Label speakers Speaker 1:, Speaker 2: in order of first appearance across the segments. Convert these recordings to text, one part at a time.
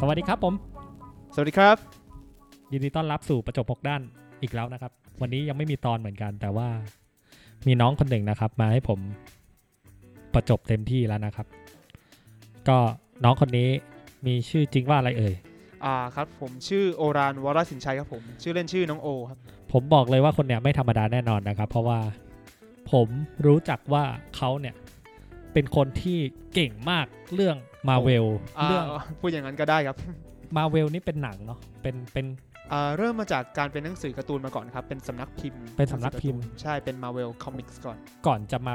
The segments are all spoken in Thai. Speaker 1: สวัสดีครับผม
Speaker 2: สวัสดีครับ
Speaker 1: ยินดีต้อนรับสู่ประจบหกด้านอีกแล้วนะครับ วันนี้ยังไม่มีตอนเหมือนกัน แต่ว่ามีน้องคนหนึ่งนะครับ มาให้ผมประจบเต็มที่แล้วนะครับ ก็น้องคนนี้มีชื่อจริงว่าอะไรเอ่ย
Speaker 2: อ่าครับ ผมชื่อโอรานวรสินชัยครับผม ชื่อเล่นชื่อน้องโอครับ
Speaker 1: ผมบอกเลยว่าคนเนี้ยไม่ธรรมดาแน่นอนนะครับ เพราะว่าผมรู้จักว่าเขาเนี่ยเป็นคนที่เก่งมากเรื่องมาเวล
Speaker 2: อ่า
Speaker 1: เรื่อง
Speaker 2: พูดอย่างนั้นก็ได้ครับ
Speaker 1: มาเวลนี่เป็นหนังเนาะเป็นเป็น
Speaker 2: อ่าเริ่มมาจากการเป็นหนังสือการ์ตูนมาก่อนครับ เป็นสำนักพิมพ์
Speaker 1: เป็นสำนักพิมพ์
Speaker 2: ใช่ เป็นมาเวลคอมิกส์ก่อน
Speaker 1: ก่อนจะมา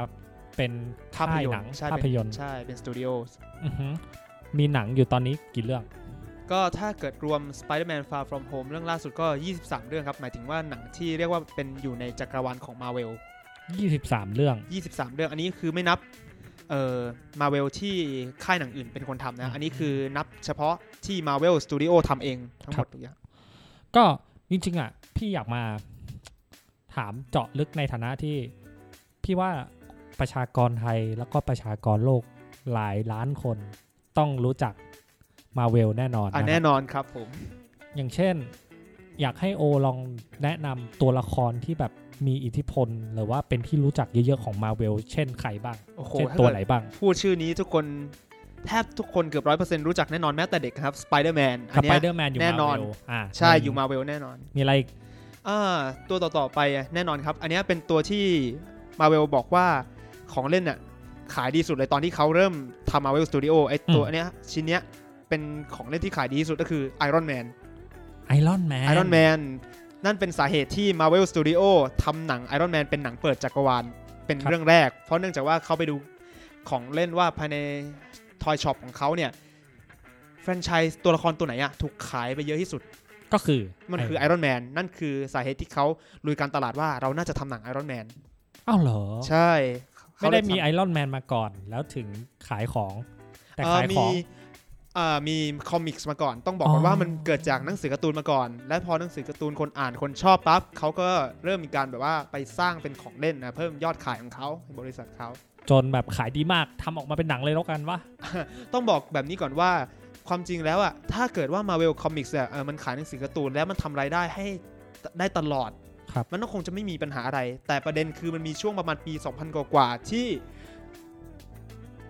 Speaker 1: เป็นค่ายหนัง
Speaker 2: ใช่
Speaker 1: ภาพ
Speaker 2: เป็
Speaker 1: ยนตร์
Speaker 2: ใช่ เป็นสตูดิโอ
Speaker 1: อือฮึมีหนังอยู่ตอนนี้กี่เรื่อง
Speaker 2: ก็ถ้าเกิดรวม Spider-Man Far From Home เรื่องล่าสุดก็ 23 เรื่องครับ หมายถึงว่าหนังที่เรียกว่าเป็นอยู่ในจักรวาลของ Marvel
Speaker 1: 23 เรื่อง
Speaker 2: 23 เรื่อง อันนี้คือไม่นับเอ่อ Marvel ที่ค่ายหนังอื่นเป็นคนทำนะ อันนี้คือนับเฉพาะที่ Marvel Studio ทำเองทั้งหมดทุกอย่าง
Speaker 1: ก็จริงๆอ่ะพี่อยากมาถามเจาะลึกในฐานะที่ พี่ว่าประชากรไทยแล้วก็ประชากรโลกหลายล้านคนต้องรู้จักมาเวลแน่นอน
Speaker 2: อ่ะ
Speaker 1: นะค
Speaker 2: แน่
Speaker 1: รับ
Speaker 2: นอนครับผม
Speaker 1: อย่างเช่น อยากให้โอลองแนะนำตัวละครที่แบบมีอิทธิพล หรือว่าเป็นที่รู้จักเยอะๆของมาเวลเช่นใครบ้าง
Speaker 2: โอ้โห
Speaker 1: เช่น
Speaker 2: ถ้า
Speaker 1: ตัว
Speaker 2: เกิด
Speaker 1: ไหนบ้าง
Speaker 2: พูดชื่อนี้ทุกคนแทบทุกคนเกือบร้อยเปอร์เซ็นต์รู้จักแน่นอนแม้แต่เด็กครับ Spider-Man
Speaker 1: ส
Speaker 2: อัน
Speaker 1: ไป
Speaker 2: เนี้ย
Speaker 1: เดอร์แมนอยู่
Speaker 2: แน่
Speaker 1: มาน
Speaker 2: อน
Speaker 1: เวลอ่า
Speaker 2: ใช่อยู่ Marvel แน่นอน
Speaker 1: มีอะไรอีก
Speaker 2: อ่าตัวต่อๆไปอ่ะแน่นอนครับ อันเนี้ยเป็นตัวที่มาเวลบอกว่าของเล่นน่ะขายดีสุดเลยตอนที่เขาเริ่มทำมาเวลสตูดิโอไอตัวอันเนี้ยชิ้นเนี้ยเป็นของเล่นที่ขายดีที่สุดก็คือ Iron Man
Speaker 1: ไอรอนแมน
Speaker 2: Iron Man นั่นเป็นสาเหตุที่ Marvel Studio ทำหนัง Iron Man เป็นหนังเปิดจักรวาลเป็น
Speaker 1: ครับ
Speaker 2: เรื่องแรก เพราะเนื่องจากว่าเขาไปดูของเล่นว่าภายใน Toy Shop ของเขาเนี่ยแฟรนไชส์ตัวละครตัวไหนอะถูกขายไปเยอะที่สุด
Speaker 1: ก็คือ
Speaker 2: มันคือ
Speaker 1: ไ
Speaker 2: Iron Man นั่นคือสาเหตุที่เขาลุยการตลาดว่าเราน่าจะทำหนัง Iron Man
Speaker 1: อ้าวเหรอ
Speaker 2: ใช่
Speaker 1: ไม่ได้มี
Speaker 2: เขาเลยทำ
Speaker 1: ไอรอนแมนมาก่อน แล้วถึงขายของ แต่
Speaker 2: เอ่อ
Speaker 1: ขายของ
Speaker 2: มีเอ่อมีคอมิกส์มาก่อน ต้องบอกก่อ
Speaker 1: อ๋
Speaker 2: น
Speaker 1: อ
Speaker 2: ว่ามันเกิดจากหนังสือการ์ตูนมาก่อน และพอหนังสือการ์ตูนคนอ่านคนชอบปั๊บเขาก็เริ่มมีการแบบว่าไปสร้างเป็นของเล่นนะเพิ่มยอดขายของเขาบริษัทเขา
Speaker 1: จนแบบขายดีมากทำออกมาเป็นหนังเลยแล้วกันวะ
Speaker 2: ต้องบอกแบบนี้ก่อนว่าความจริงแล้วอะถ้าเกิดว่า Marvel Comics อะเอ่อมันขายหนังสือการ์ตูนแล้วมันทำรายได้ให้ได้ตลอด
Speaker 1: ครับ
Speaker 2: มันก็คงจะไม่มีปัญหาอะไร แต่ประเด็นคือมันมีช่วงประมาณปี 2000 กว่าๆที่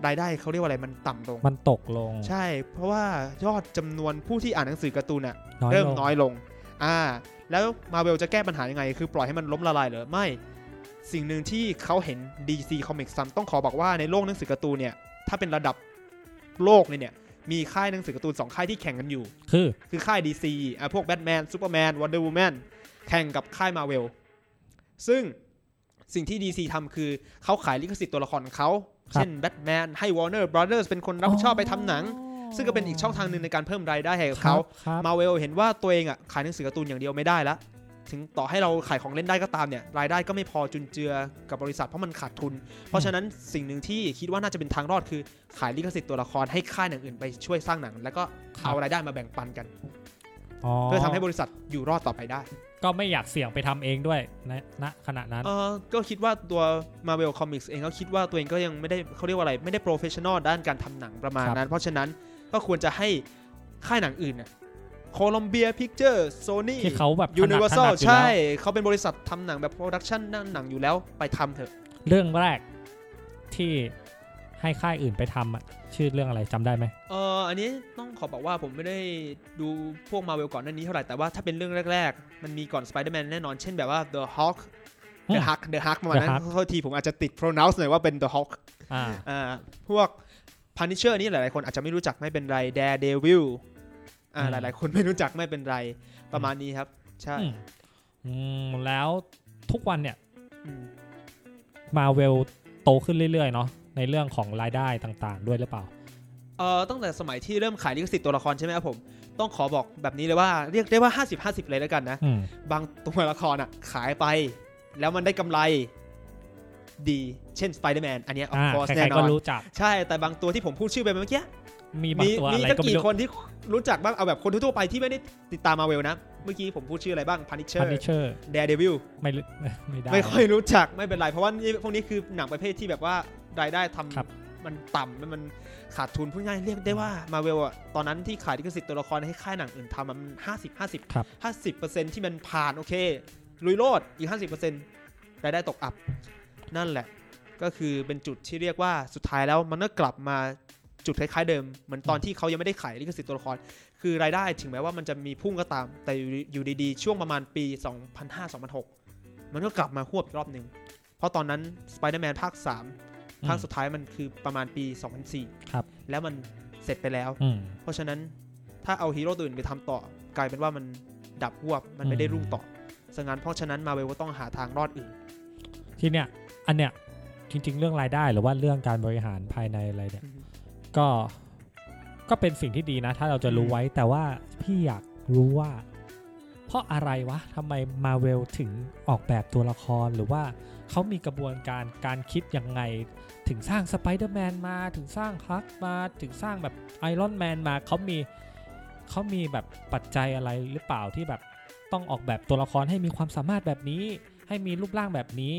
Speaker 2: รายได้เขาเรียกว่าอะไรมันต่ำลง
Speaker 1: มันตกลง
Speaker 2: ใช่ เพราะว่ายอดจำนวนผู้ที่อ่านหนังสือการ์ตูนน่ะ
Speaker 1: น้อย
Speaker 2: เริ่ม
Speaker 1: ลง
Speaker 2: น้อยลง อ่า แล้วมาเวลจะแก้ปัญหายังไง คือปล่อยให้มันล้มละลายเหรอ ไม่ สิ่งหนึ่งที่เขาเห็น DC Comics ซ้ำต้องขอบอกว่าในโลกหนังสือการ์ตูนเนี่ย ถ้าเป็นระดับโลกเลยเนี่ย มีค่ายหนังสือการ์ตูนสองค่ายที่แข่งกันอยู่
Speaker 1: คือ
Speaker 2: คือค่าย DC อ่ะพวกแบทแมนซูเปอร์แมนวันเดอร์วูแมนแข่งกับค่ายมาเวลซึ่งสิ่งที่ DC ทำคือเขาขายลิขสิทธิ์ตัวละครของเขา เช่นแบทแมนให้ Warner Brothers เป็นคนรับผิดชอบไปทำหนัง ซึ่งก็เป็นอีกช่องทางหนึ่งในการเพิ่มรายได้ให้กับเขา
Speaker 1: ครับ
Speaker 2: มาเวลเห็นว่าตัวเองอ่ะขายหนังสือการ์ตูนอย่างเดียวไม่ได้ละถึงต่อให้เราขายของเล่นได้ก็ตามเนี่ยรายได้ก็ไม่พอจุนเจือกับบริษัทเพราะมันขาดทุน เพราะฉะนั้นสิ่งหนึ่งที่คิดว่าน่าจะเป็นทางรอดคือขายลิขสิทธิ์ตัวละครให้ค่ายหนังอื่นไปช่วยสร้างหนัง แล้วก็เอารายได้มาแบ่งปันกัน เพื่อทำให้บริษัทอยู่รอดต่อไปได้
Speaker 1: ก็ไม่อยากเสี่ยงไปทำเองด้วยณณขณะนั้น
Speaker 2: เออก็คิดว่าตัว Marvel Comics เองก็คิดว่าตัวเองก็ยังไม่ได้เขาเรียกว่าอะไร ไม่ได้โปรเฟชชั่นอลด้านการทำหนังประมาณนั้น เพราะฉะนั้นก็ควรจะให้ค่ายหนังอื่นน่ะโคลอมเบียพิกเจอร์โซนี่
Speaker 1: ที่เขาแบบ
Speaker 2: ยูนิเวอร์แซล
Speaker 1: ถนั
Speaker 2: ใช่
Speaker 1: ดอยู่แ
Speaker 2: เขาเป็นบริษัททำหนังแบบโปรดักชันหนังอยู่แล้วไปทำเถอะ
Speaker 1: ล้วเรื่องแรกที่ให้ค่ายอื่นไปทำอะชื่อเรื่องอะไรจำได้ไหม
Speaker 2: เอออันนี้ต้องขอบอกว่าผมไม่ได้ดูพวกมาเวลก่อนหน้านี้เท่าไหร่แต่ว่าถ้าเป็นเรื่องแรก ๆ มันมีก่อน Spider-Man แน่นอนเช่นแบบว่า The Hulk
Speaker 1: อื
Speaker 2: The
Speaker 1: ม
Speaker 2: Hulk The Hulk ประมาณนั้น
Speaker 1: The Hulk
Speaker 2: โทษทีผมอาจจะติด pronounce หน่อยว่าเป็น The Hulk
Speaker 1: อ่า
Speaker 2: อ่าพวกพันิเชอร์นี่หลายๆ คนอาจจะไม่รู้จักไม่เป็นไรแดร์เดวิลอ่า
Speaker 1: อืม
Speaker 2: หลายๆ คนไม่รู้จักไม่เป็นไรประมาณนี้ครับ ใช่
Speaker 1: อืมอืมแล้วทุกวันเนี่ย
Speaker 2: อืม
Speaker 1: มาเวลโตขึ้นเรื่อยๆเนาะใน ในเรื่องของรายได้ต่างๆ ด้วยหรือเปล่า
Speaker 2: เอ่อตั้งแต่สมัยที่เริ่มขายลิขสิทธิ์ตัวละครใช่ไหมครับผม ต้องขอบอกแบบนี้เลยว่าเรียกได้ว่า 50 50 เลยแล้วกันนะ
Speaker 1: อืม
Speaker 2: บางตัวละครอ่ะขายไป แล้วมันได้กำไรดีเช่นสไปเดอร์แมนอันเนี้ย of
Speaker 1: อ่า
Speaker 2: course
Speaker 1: ใค
Speaker 2: แน่
Speaker 1: ร
Speaker 2: น
Speaker 1: ๆก็
Speaker 2: อน
Speaker 1: รู้จัก
Speaker 2: ใช่ แต่บางตัวที่ผมพูดชื่อไปเมื่อกี้
Speaker 1: มีบางตัวอะไร
Speaker 2: สัก
Speaker 1: ก็ไม่
Speaker 2: กี่
Speaker 1: รู้
Speaker 2: คนที่รู้จักบ้างเอาแบบคนทั่วๆไปที่ไม่ได้ติดตามมาเวลนะ เมื่อกี้ผมพูดชื่ออะไรบ้างพันิเชอ
Speaker 1: พัน
Speaker 2: ร์
Speaker 1: นิเชอร์
Speaker 2: เดร์เดวิล
Speaker 1: ไม่รู้ ไม่ได้
Speaker 2: ไม่ค่อยรู้จักไม่เป็นไร เพราะว่านี่พวกนี้คือหนังประเภทที่แบบว่ารายได้ทำ
Speaker 1: ครับ
Speaker 2: มันต่ำมันมันขาดทุนพูดง่ายเรียกได้ว่ามาเวลอะตอนนั้นที่ขายลิขสิทธิ์ตัวละครให้ค่ายหนังอื่นทำอะมันห้าสิบห้าสิบ
Speaker 1: ครับ
Speaker 2: ห้าสิบเปอร์เซ็นที่มันผ่านโอเค ลุยโลดอีกห้าสิบเปอร์เซ็นรายได้ตกอับ นั่นแหละ ก็คือเป็นจุดที่เรียกว่าสุดท้ายแล้วมันก็กลับมาจุดคล้ายๆเดิม เหมือนตอนที่เขายังไม่ได้ขายลิขสิทธิ์ตัวละคร คือรายได้ถึงแม้ว่ามันจะมีพุ่งก็ตาม แต่อยู่อยู่ดีๆ ช่วงประมาณปี 2005-2006 มันก็กลับมาหวบอีกรอบหนึ่ง เพราะตอนนั้น Spider-Man ภาค 3 ภาคสุดท้ายมันคือประมาณปี 2004
Speaker 1: ครับ
Speaker 2: แล้วมันเสร็จไปแล้ว
Speaker 1: อืม
Speaker 2: เพราะฉะนั้นถ้าเอาฮีโร่ตัวอื่นไปทำต่อ กลายเป็นว่ามันดับหวบมันไม่ได้รุ่งต่อสงั้นเพราะฉะนั้นมาเวลก็ต้องหาทางรอดอื่น
Speaker 1: ที่เนี้ยอันเนี้ยจริง ๆ เรื่องรายได้หรือว่าเรื่องการบริหารภายในอะไรเนี่ย
Speaker 2: อือฮึ
Speaker 1: ก็ก็เป็นสิ่งที่ดีนะ ถ้าเราจะรู้ไว้แต่ว่าพี่อยากรู้ว่า เพราะอะไรวะทำไมมาเวลถึงออกแบบตัวละครหรือว่าเขามีกระบวนการการคิดยังไง ถึงสร้างสไปเดอร์แมนมาถึงสร้างคลักมาถึงสร้างแบบไอรอนแมนมาเขามีเขามีแบบปัจจัยอะไรหรือเปล่าที่แบบต้องออกแบบตัวละครให้มีความสามารถแบบนี้ ให้มีรูปร่างแบบนี้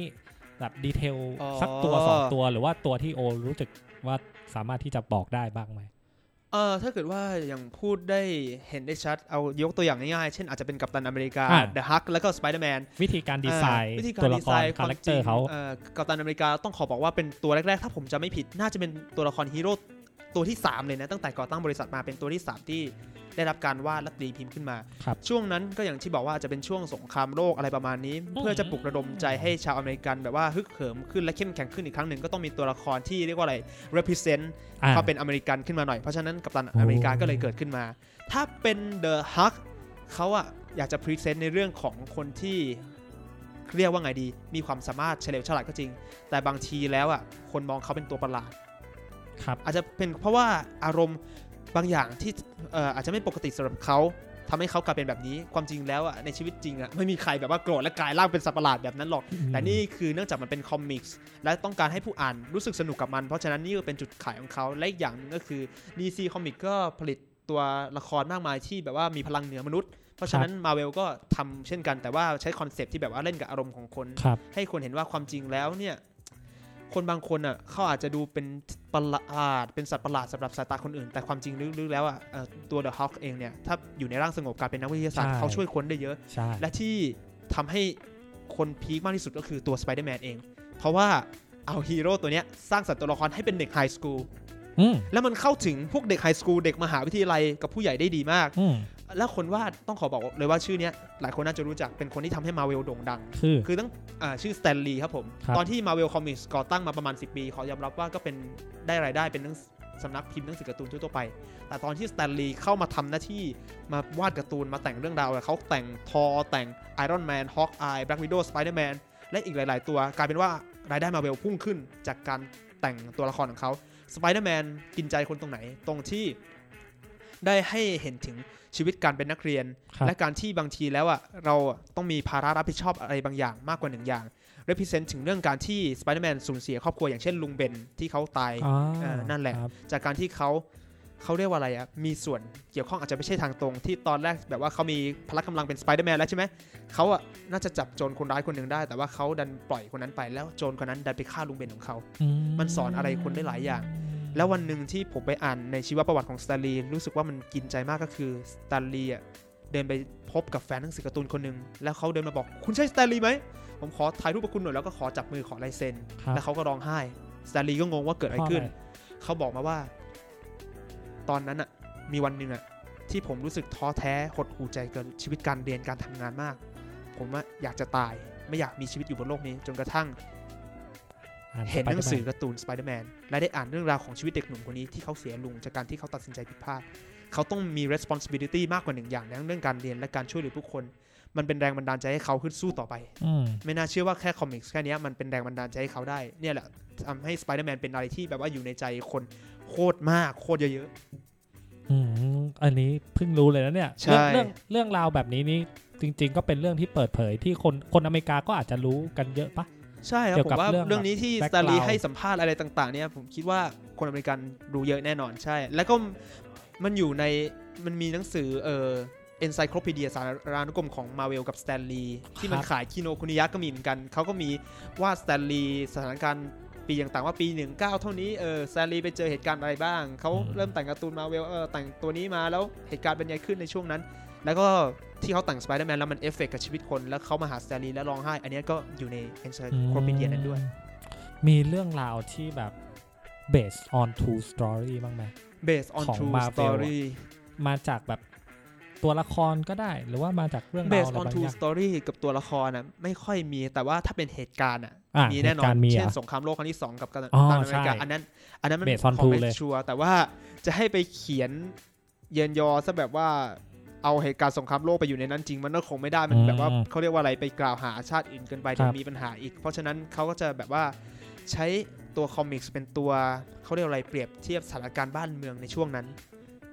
Speaker 1: แบบดีเทล
Speaker 2: อ๋อ
Speaker 1: สักตัวสองตัวหรือว่าตัวที่โอรู้สึกว่าสามารถที่จะบอกได้บ้างไหม
Speaker 2: เออถ้าเกิดว่าอย่างพูดได้เห็นได้ชัด เอายกตัวอย่างง่ายๆ เช่นอาจจะเป็นกัปตันอเมริกา
Speaker 1: อ่า
Speaker 2: เดอะฮักแล้วก็สไปเดอร์แมน
Speaker 1: วิธีการดีไซน์
Speaker 2: อ่าวิธีการ
Speaker 1: ตัวละ
Speaker 2: ดี
Speaker 1: ค
Speaker 2: ไซ
Speaker 1: ร
Speaker 2: น์
Speaker 1: คาแรคเตอ
Speaker 2: ว
Speaker 1: ร์
Speaker 2: มจง
Speaker 1: เขา
Speaker 2: อ่อกัปตันอเมริกาต้องขอบอกว่าเป็นตัวแรกๆ ถ้าผมจะไม่ผิด น่าจะเป็นตัวละครฮีโร่ตัวที่ 3 เลยนะ ตั้งแต่ก่อตั้งบริษัทมาเป็นตัวที่ 3 ที่ได้รับการวาดและตีพิมพ์ขึ้นมา
Speaker 1: ครับ
Speaker 2: ช่วงนั้นก็อย่างที่บอกว่าจะเป็นช่วงสงครามโลกอะไรประมาณนี้
Speaker 1: อืม
Speaker 2: เพื่อจะปลุกระดมใจให้ชาวอเมริกันแบบว่าฮึกเหิมขึ้นและเข้มแข็งขึ้นอีกครั้งหนึ่งก็ต้องมีตัวละครที่เรียกว่าอะไร represent
Speaker 1: อ่า
Speaker 2: เขาเป็นอเมริกันขึ้นมาหน่อย เพราะฉะนั้นกัปตันอเมริกา
Speaker 1: โอ้
Speaker 2: ก็เลยเกิดขึ้นมา ถ้าเป็นเดอะฮักเขาอะอยากจะพรีเซนต์ในเรื่องของคนที่เรียกว่าไงดี มีความสามารถเฉลียวฉลาดก็จริง แต่บางทีแล้วอะคนมองเขาเป็นตัวประหลาด
Speaker 1: ครับ
Speaker 2: อาจจะเป็นเพราะว่าอารมณ์บางอย่างที่เอ่ออาจจะไม่ปกติสำหรับเขาทำให้เขากลายเป็นแบบนี้ ความจริงแล้วอะในชีวิตจริงอะไม่มีใครแบบว่าโกรธและกลายร่างเป็นสัตว์ประหลาดแบบนั้นหรอก แต่นี่คือเนื่องจากมันเป็นคอมิกส์และต้องการให้ผู้อ่านรู้สึกสนุกกับมัน เพราะฉะนั้นนี่ก็เป็นจุดขายของเขาและอีกอย่างหนึงก็คือ DC Comic ก็ผลิตตัวละครมากมายที่แบบว่ามีพลังเหนือมนุษย์ เพราะฉะนั้นมาเวลก็ทำเช่นกันแต่ว่าใช้คอนเซปต์ที่แบบว่าเล่นกับอารมณ์ของคน
Speaker 1: ครับ
Speaker 2: ให้คนเห็นว่าความจริงแล้วเนี่ยคนบางคนอ่ะเขาอาจจะดูเป็นประหลาดเป็นสัตว์ประหลาดสำหรับสายตาคนอื่น แต่ความจริงลึกๆแล้วอ่ะเอ่อตัวเดอะฮอคเองเนี่ยถ้าอยู่ในร่างสงบกลายเป็นนักวิทยาศาสตร์
Speaker 1: ใช่
Speaker 2: เขาช่วยคนได้เยอะ
Speaker 1: ใช่
Speaker 2: และที่ทำให้คนพีคมากที่สุดก็คือตัวสไปเดอร์แมนเอง เพราะว่าเอาฮีโร่ตัวเนี้ยสร้างสัตว์ตัวละครให้เป็นเด็กไฮสคูล
Speaker 1: อืม
Speaker 2: แล้วมันเข้าถึงพวกเด็กไฮสคูลเด็กมหาวิทยาลัยกับผู้ใหญ่ได้ดีมาก
Speaker 1: อืม
Speaker 2: และคนวาดต้องขอบอกเลยว่าชื่อเนี้ยหลายคนน่าจะรู้จักเป็นคนที่ทำให้มาเวลโด่งดัง
Speaker 1: คือ
Speaker 2: คือตั้งอ่าชื่อสแตนลีย์ครับผม
Speaker 1: ครับ
Speaker 2: ตอนที่มาเวลคอมิกส์ก่อตั้งมาประมาณ 10 ปี ขอยอมรับว่าก็เป็นได้รายได้เป็นหนังสสำนักพิมพ์หนังสือการ์ตูนทั่วๆไป แต่ตอนที่สแตนลีย์เข้ามาทำหน้าที่มาวาดการ์ตูนมาแต่งเรื่องราวเขาแต่งทอแต่งไอรอนแมนฮอคอายแบล็กวิดโดสไปเดอร์แมนและอีกหลาย ๆ ตัว กลายเป็นว่ารายได้มาเวลพุ่งขึ้นจากการแต่งตัวละครของเขาสไปเดอร์แมนกินใจคนตรงไหนตรงที่ได้ให้เห็นถึงชีวิตการเป็นนักเรียน
Speaker 1: ครับ
Speaker 2: และการที่บางทีแล้วอ่ะเราอะต้องมีภาระรับผิดชอบอะไรบางอย่างมากกว่าหนึ่งอย่าง represent ถึงเรื่องการที่สไปเดอร์แมนสูญเสียครอบครัวอย่างเช่นลุงเบนที่เขาตาย
Speaker 1: อ่า
Speaker 2: เออนั่นแหละ
Speaker 1: ครับ
Speaker 2: จากการที่เขาเขาเรียกว่าอะไรอ่ะมีส่วนเกี่ยวข้องอาจจะไม่ใช่ทางตรง ที่ตอนแรกแบบว่าเขามีพละกำลังเป็นสไปเดอร์แมนแล้วใช่ไหมเขาอ่ะน่าจะจับโจรคนร้ายคนหนึ่งได้ แต่ว่าเขาดันปล่อยคนนั้นไปแล้วโจรคนนั้นดันไปฆ่าลุงเบนของเขา มันสอนอะไรคนได้หลายอย่าง แล้ววันหนึ่งที่ผมไปอ่านในชีวประวัติของสตาลีรู้สึกว่ามันกินใจมากก็คือสตาลีอ่ะเดินไปพบกับแฟนหนังสือการ์ตูนคนหนึ่งแล้วเขาเดินมาบอกคุณใช่สตาลีไหมผมขอถ่ายรูปกับคุณหน่อยแล้วก็ขอจับมือขอลายเซ็น
Speaker 1: ครับ
Speaker 2: แล้วเขาก็ร้องไห้สตาลีก็งงว่าเกิดอะไรขึ้น เขาบอกมาว่า ตอนนั้นอะมีวันหนึ่งอะที่ผมรู้สึกท้อแท้หดหู่ใจเกินชีวิตการเรียนการทำงานมาก ผมอะอยากจะตาย ไม่อยากมีชีวิตอยู่บนโลกนี้ จนกระทั่ง
Speaker 1: อ่า
Speaker 2: เห็นหนังสือ
Speaker 1: Spider-Man
Speaker 2: การ์ตูนสไปเดอร์แมนและได้อ่านเรื่องราวของชีวิตเด็กหนุ่มคนนี้ที่เขาเสียลุงจากการที่เขาตัดสินใจผิดพลาด เขาต้องมี responsibility มากกว่าหนึ่งอย่างในเรื่องการเรียนและการช่วยเหลือผู้คน มันเป็นแรงบันดาลใจให้เขาขึ้นสู้ต่อไป
Speaker 1: อืม
Speaker 2: ไม่น่าเชื่อว่าแค่คอมิกส์แค่เนี้ยมันเป็นแรงบันดาลใจให้เขาได้ เนี่ยแหละทำให้สไปเดอร์แมนเป็นอะไรที่แบบว่าอยู่ในใจคนโคตรมากโคตรเยอะ
Speaker 1: อืมอันนี้เพิ่งรู้เลยนะเนี่ย
Speaker 2: ใช่
Speaker 1: เรื่องเรื่องเรื่องราวแบบนี้นี่จริง ๆ ก็เป็นเรื่องที่เปิดเผยที่คนคนอเมริกาก็อาจจะรู้กันเยอะปะ
Speaker 2: ๆ ใช่ครับ
Speaker 1: เกี่ย
Speaker 2: ผ
Speaker 1: วกับ
Speaker 2: มว่า
Speaker 1: เรื่อง
Speaker 2: เรื่องนี้ที่ส
Speaker 1: background
Speaker 2: ตาลีให้สัมภาษณ์อะไรต่างๆเนี่ยผมคิดว่าคนอเมริกันรู้เยอะแน่นอนใช่ แล้วก็มันอยู่ในมันมีหนังสือเอ่อ encyclopedia สารานุกรมของมาเวลกับสแตนลีย์ที่มัน
Speaker 1: ครับ
Speaker 2: ขายคิโนคุนิยะก็มีเหมือนกัน เขาก็มีวาดสแตนลีย์สถานการณ์ปีต่างๆว่าปี 19 เท่านี้เออสแตนลีย์ไปเจอเหตุการณ์อะไรบ้าง เขาเริ่มแต่งการ์ตูนมาเวลเออแต่งตัวนี้มาแล้วเหตุการณ์เป็นยังไงขึ้นในช่วงนั้น แล้วก็ที่เขาแต่งสไปเดอร์แมนแล้วมันเอฟเฟกต์กับชีวิตคน แล้วเขามาหาสแตนลีย์แล้วร้องไห้ อันเนี้ยก็อยู่ใน encyclopedia นั้นด้วย
Speaker 1: มีเรื่องราวที่แบบ based on true story บ้างไหม
Speaker 2: based on
Speaker 1: ของ
Speaker 2: true
Speaker 1: Marvel อะ
Speaker 2: story
Speaker 1: มาจากแบบตัวละครก็ได้ หรือว่ามาจากเรื่องราว
Speaker 2: based
Speaker 1: อะไร
Speaker 2: on
Speaker 1: บางอ
Speaker 2: true
Speaker 1: ย่าง
Speaker 2: story กับตัวละครนะไม่ค่อยมีแต่ว่าถ้าเป็นเหตุการณ์อ่ะ
Speaker 1: อ่ะ
Speaker 2: มีแน่นอ
Speaker 1: เหตุกาน รณ์มีเหรอ
Speaker 2: เช่นสงครามโลกครั้งที่ 2 กับกัปตัน
Speaker 1: อ๋อ
Speaker 2: อเมริกา
Speaker 1: ใช่
Speaker 2: อันนั้น อันนั้นมัน
Speaker 1: Based on
Speaker 2: ของ
Speaker 1: true
Speaker 2: ไม่
Speaker 1: เลย
Speaker 2: ชัวร์แต่ว่าจะให้ไปเขียนเยินยอซะแบบว่าเอาเหตุการณ์สงครามโลกไปอยู่ในนั้นจริงมันก็คงไม่ได้มันแบบว่า
Speaker 1: อืม
Speaker 2: เขาเรียกว่าอะไรไปกล่าวหาชาติอื่นเกินไป
Speaker 1: ครั
Speaker 2: เดี๋
Speaker 1: บ
Speaker 2: ยวมีปัญหาอีก เพราะฉะนั้นเขาก็จะแบบว่าใช้ตัวคอมิกส์เป็นตัวเขาเรียกอะไรเปรียบเทียบสถานการณ์บ้านเมืองในช่วงนั้น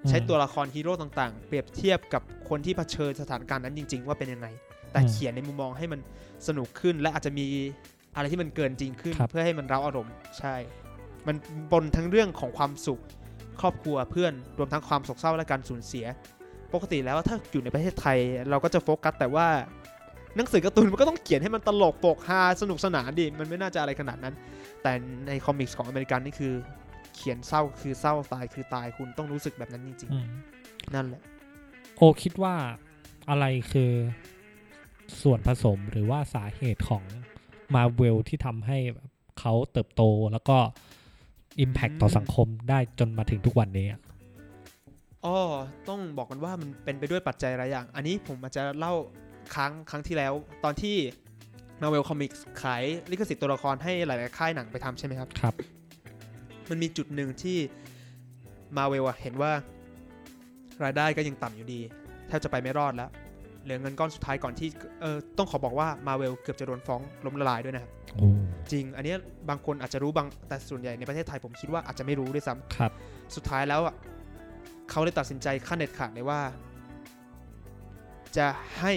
Speaker 2: ใช้ตัวละครฮีโร่ต่างๆ เปรียบเทียบกับคนที่เผชิญสถานการณ์นั้นจริง ๆ ว่าเป็นยังไง แต่
Speaker 1: อืม
Speaker 2: เขียนในมุมมองให้มันสนุกขึ้น และอาจจะมีอะไรที่มันเกินจริงขึ้น
Speaker 1: ครับ
Speaker 2: เพื่อให้มันเร้าอารมณ์ใช่ มันบนทั้งเรื่องของความสุข ครอบครัวเพื่อนรวมทั้งความโศกเศร้าและการสูญเสีย ปกติแล้วถ้าอยู่ในประเทศไทย เราก็จะโฟกัสแต่ว่าหนังสือการ์ตูนมันก็ต้องเขียนให้มันตลกโปกฮาสนุกสนานดิมันไม่น่าจะอะไรขนาดนั้น แต่ในคอมิกส์ของอเมริกันนี่คือ เขียนเศร้าคือเศร้าตายคือตายคุณต้องรู้สึกแบบนั้นจริง
Speaker 1: อืม
Speaker 2: ๆ นั่นแหละ
Speaker 1: โอคิดว่าอะไรคือส่วนผสมหรือว่าสาเหตุของมาเวลที่ทำให้แบบเขาเติบโตแล้วก็ Impact ต่อสังคมได้จนมาถึงทุกวันนี้อะ
Speaker 2: อ๋อต้องบอกกันว่ามันเป็นไปด้วยปัจจัยหลายอย่าง อันนี้ผมอาจจะเล่าครั้งครั้งที่แล้ว ตอนที่ Marvel Comics ขายลิขสิทธิ์ตัวละครให้หลาย ๆ ค่ายหนังไปทำใช่ไหมครับ
Speaker 1: ครับ
Speaker 2: มันมีจุดหนึ่งที่ Marvel อะเห็นว่ารายได้ก็ยังต่ำอยู่ดี แทบจะไปไม่รอดแล้ว เหลือเงินก้อนสุดท้ายก่อนที่เออต้องขอบอกว่า Marvel เกือบจะโดนฟ้องล้มละลายด้วยนะครับ
Speaker 1: โอ้
Speaker 2: จริง อันเนี้ยบางคนอาจจะรู้บางแต่ส่วนใหญ่ในประเทศไทยผมคิดว่าอาจจะไม่รู้ด้วยซ้ำ
Speaker 1: ครับ
Speaker 2: สุดท้ายแล้วอ่ะเขาเลยตัดสินใจขั้นเด็ดขาดเลยว่า จะให้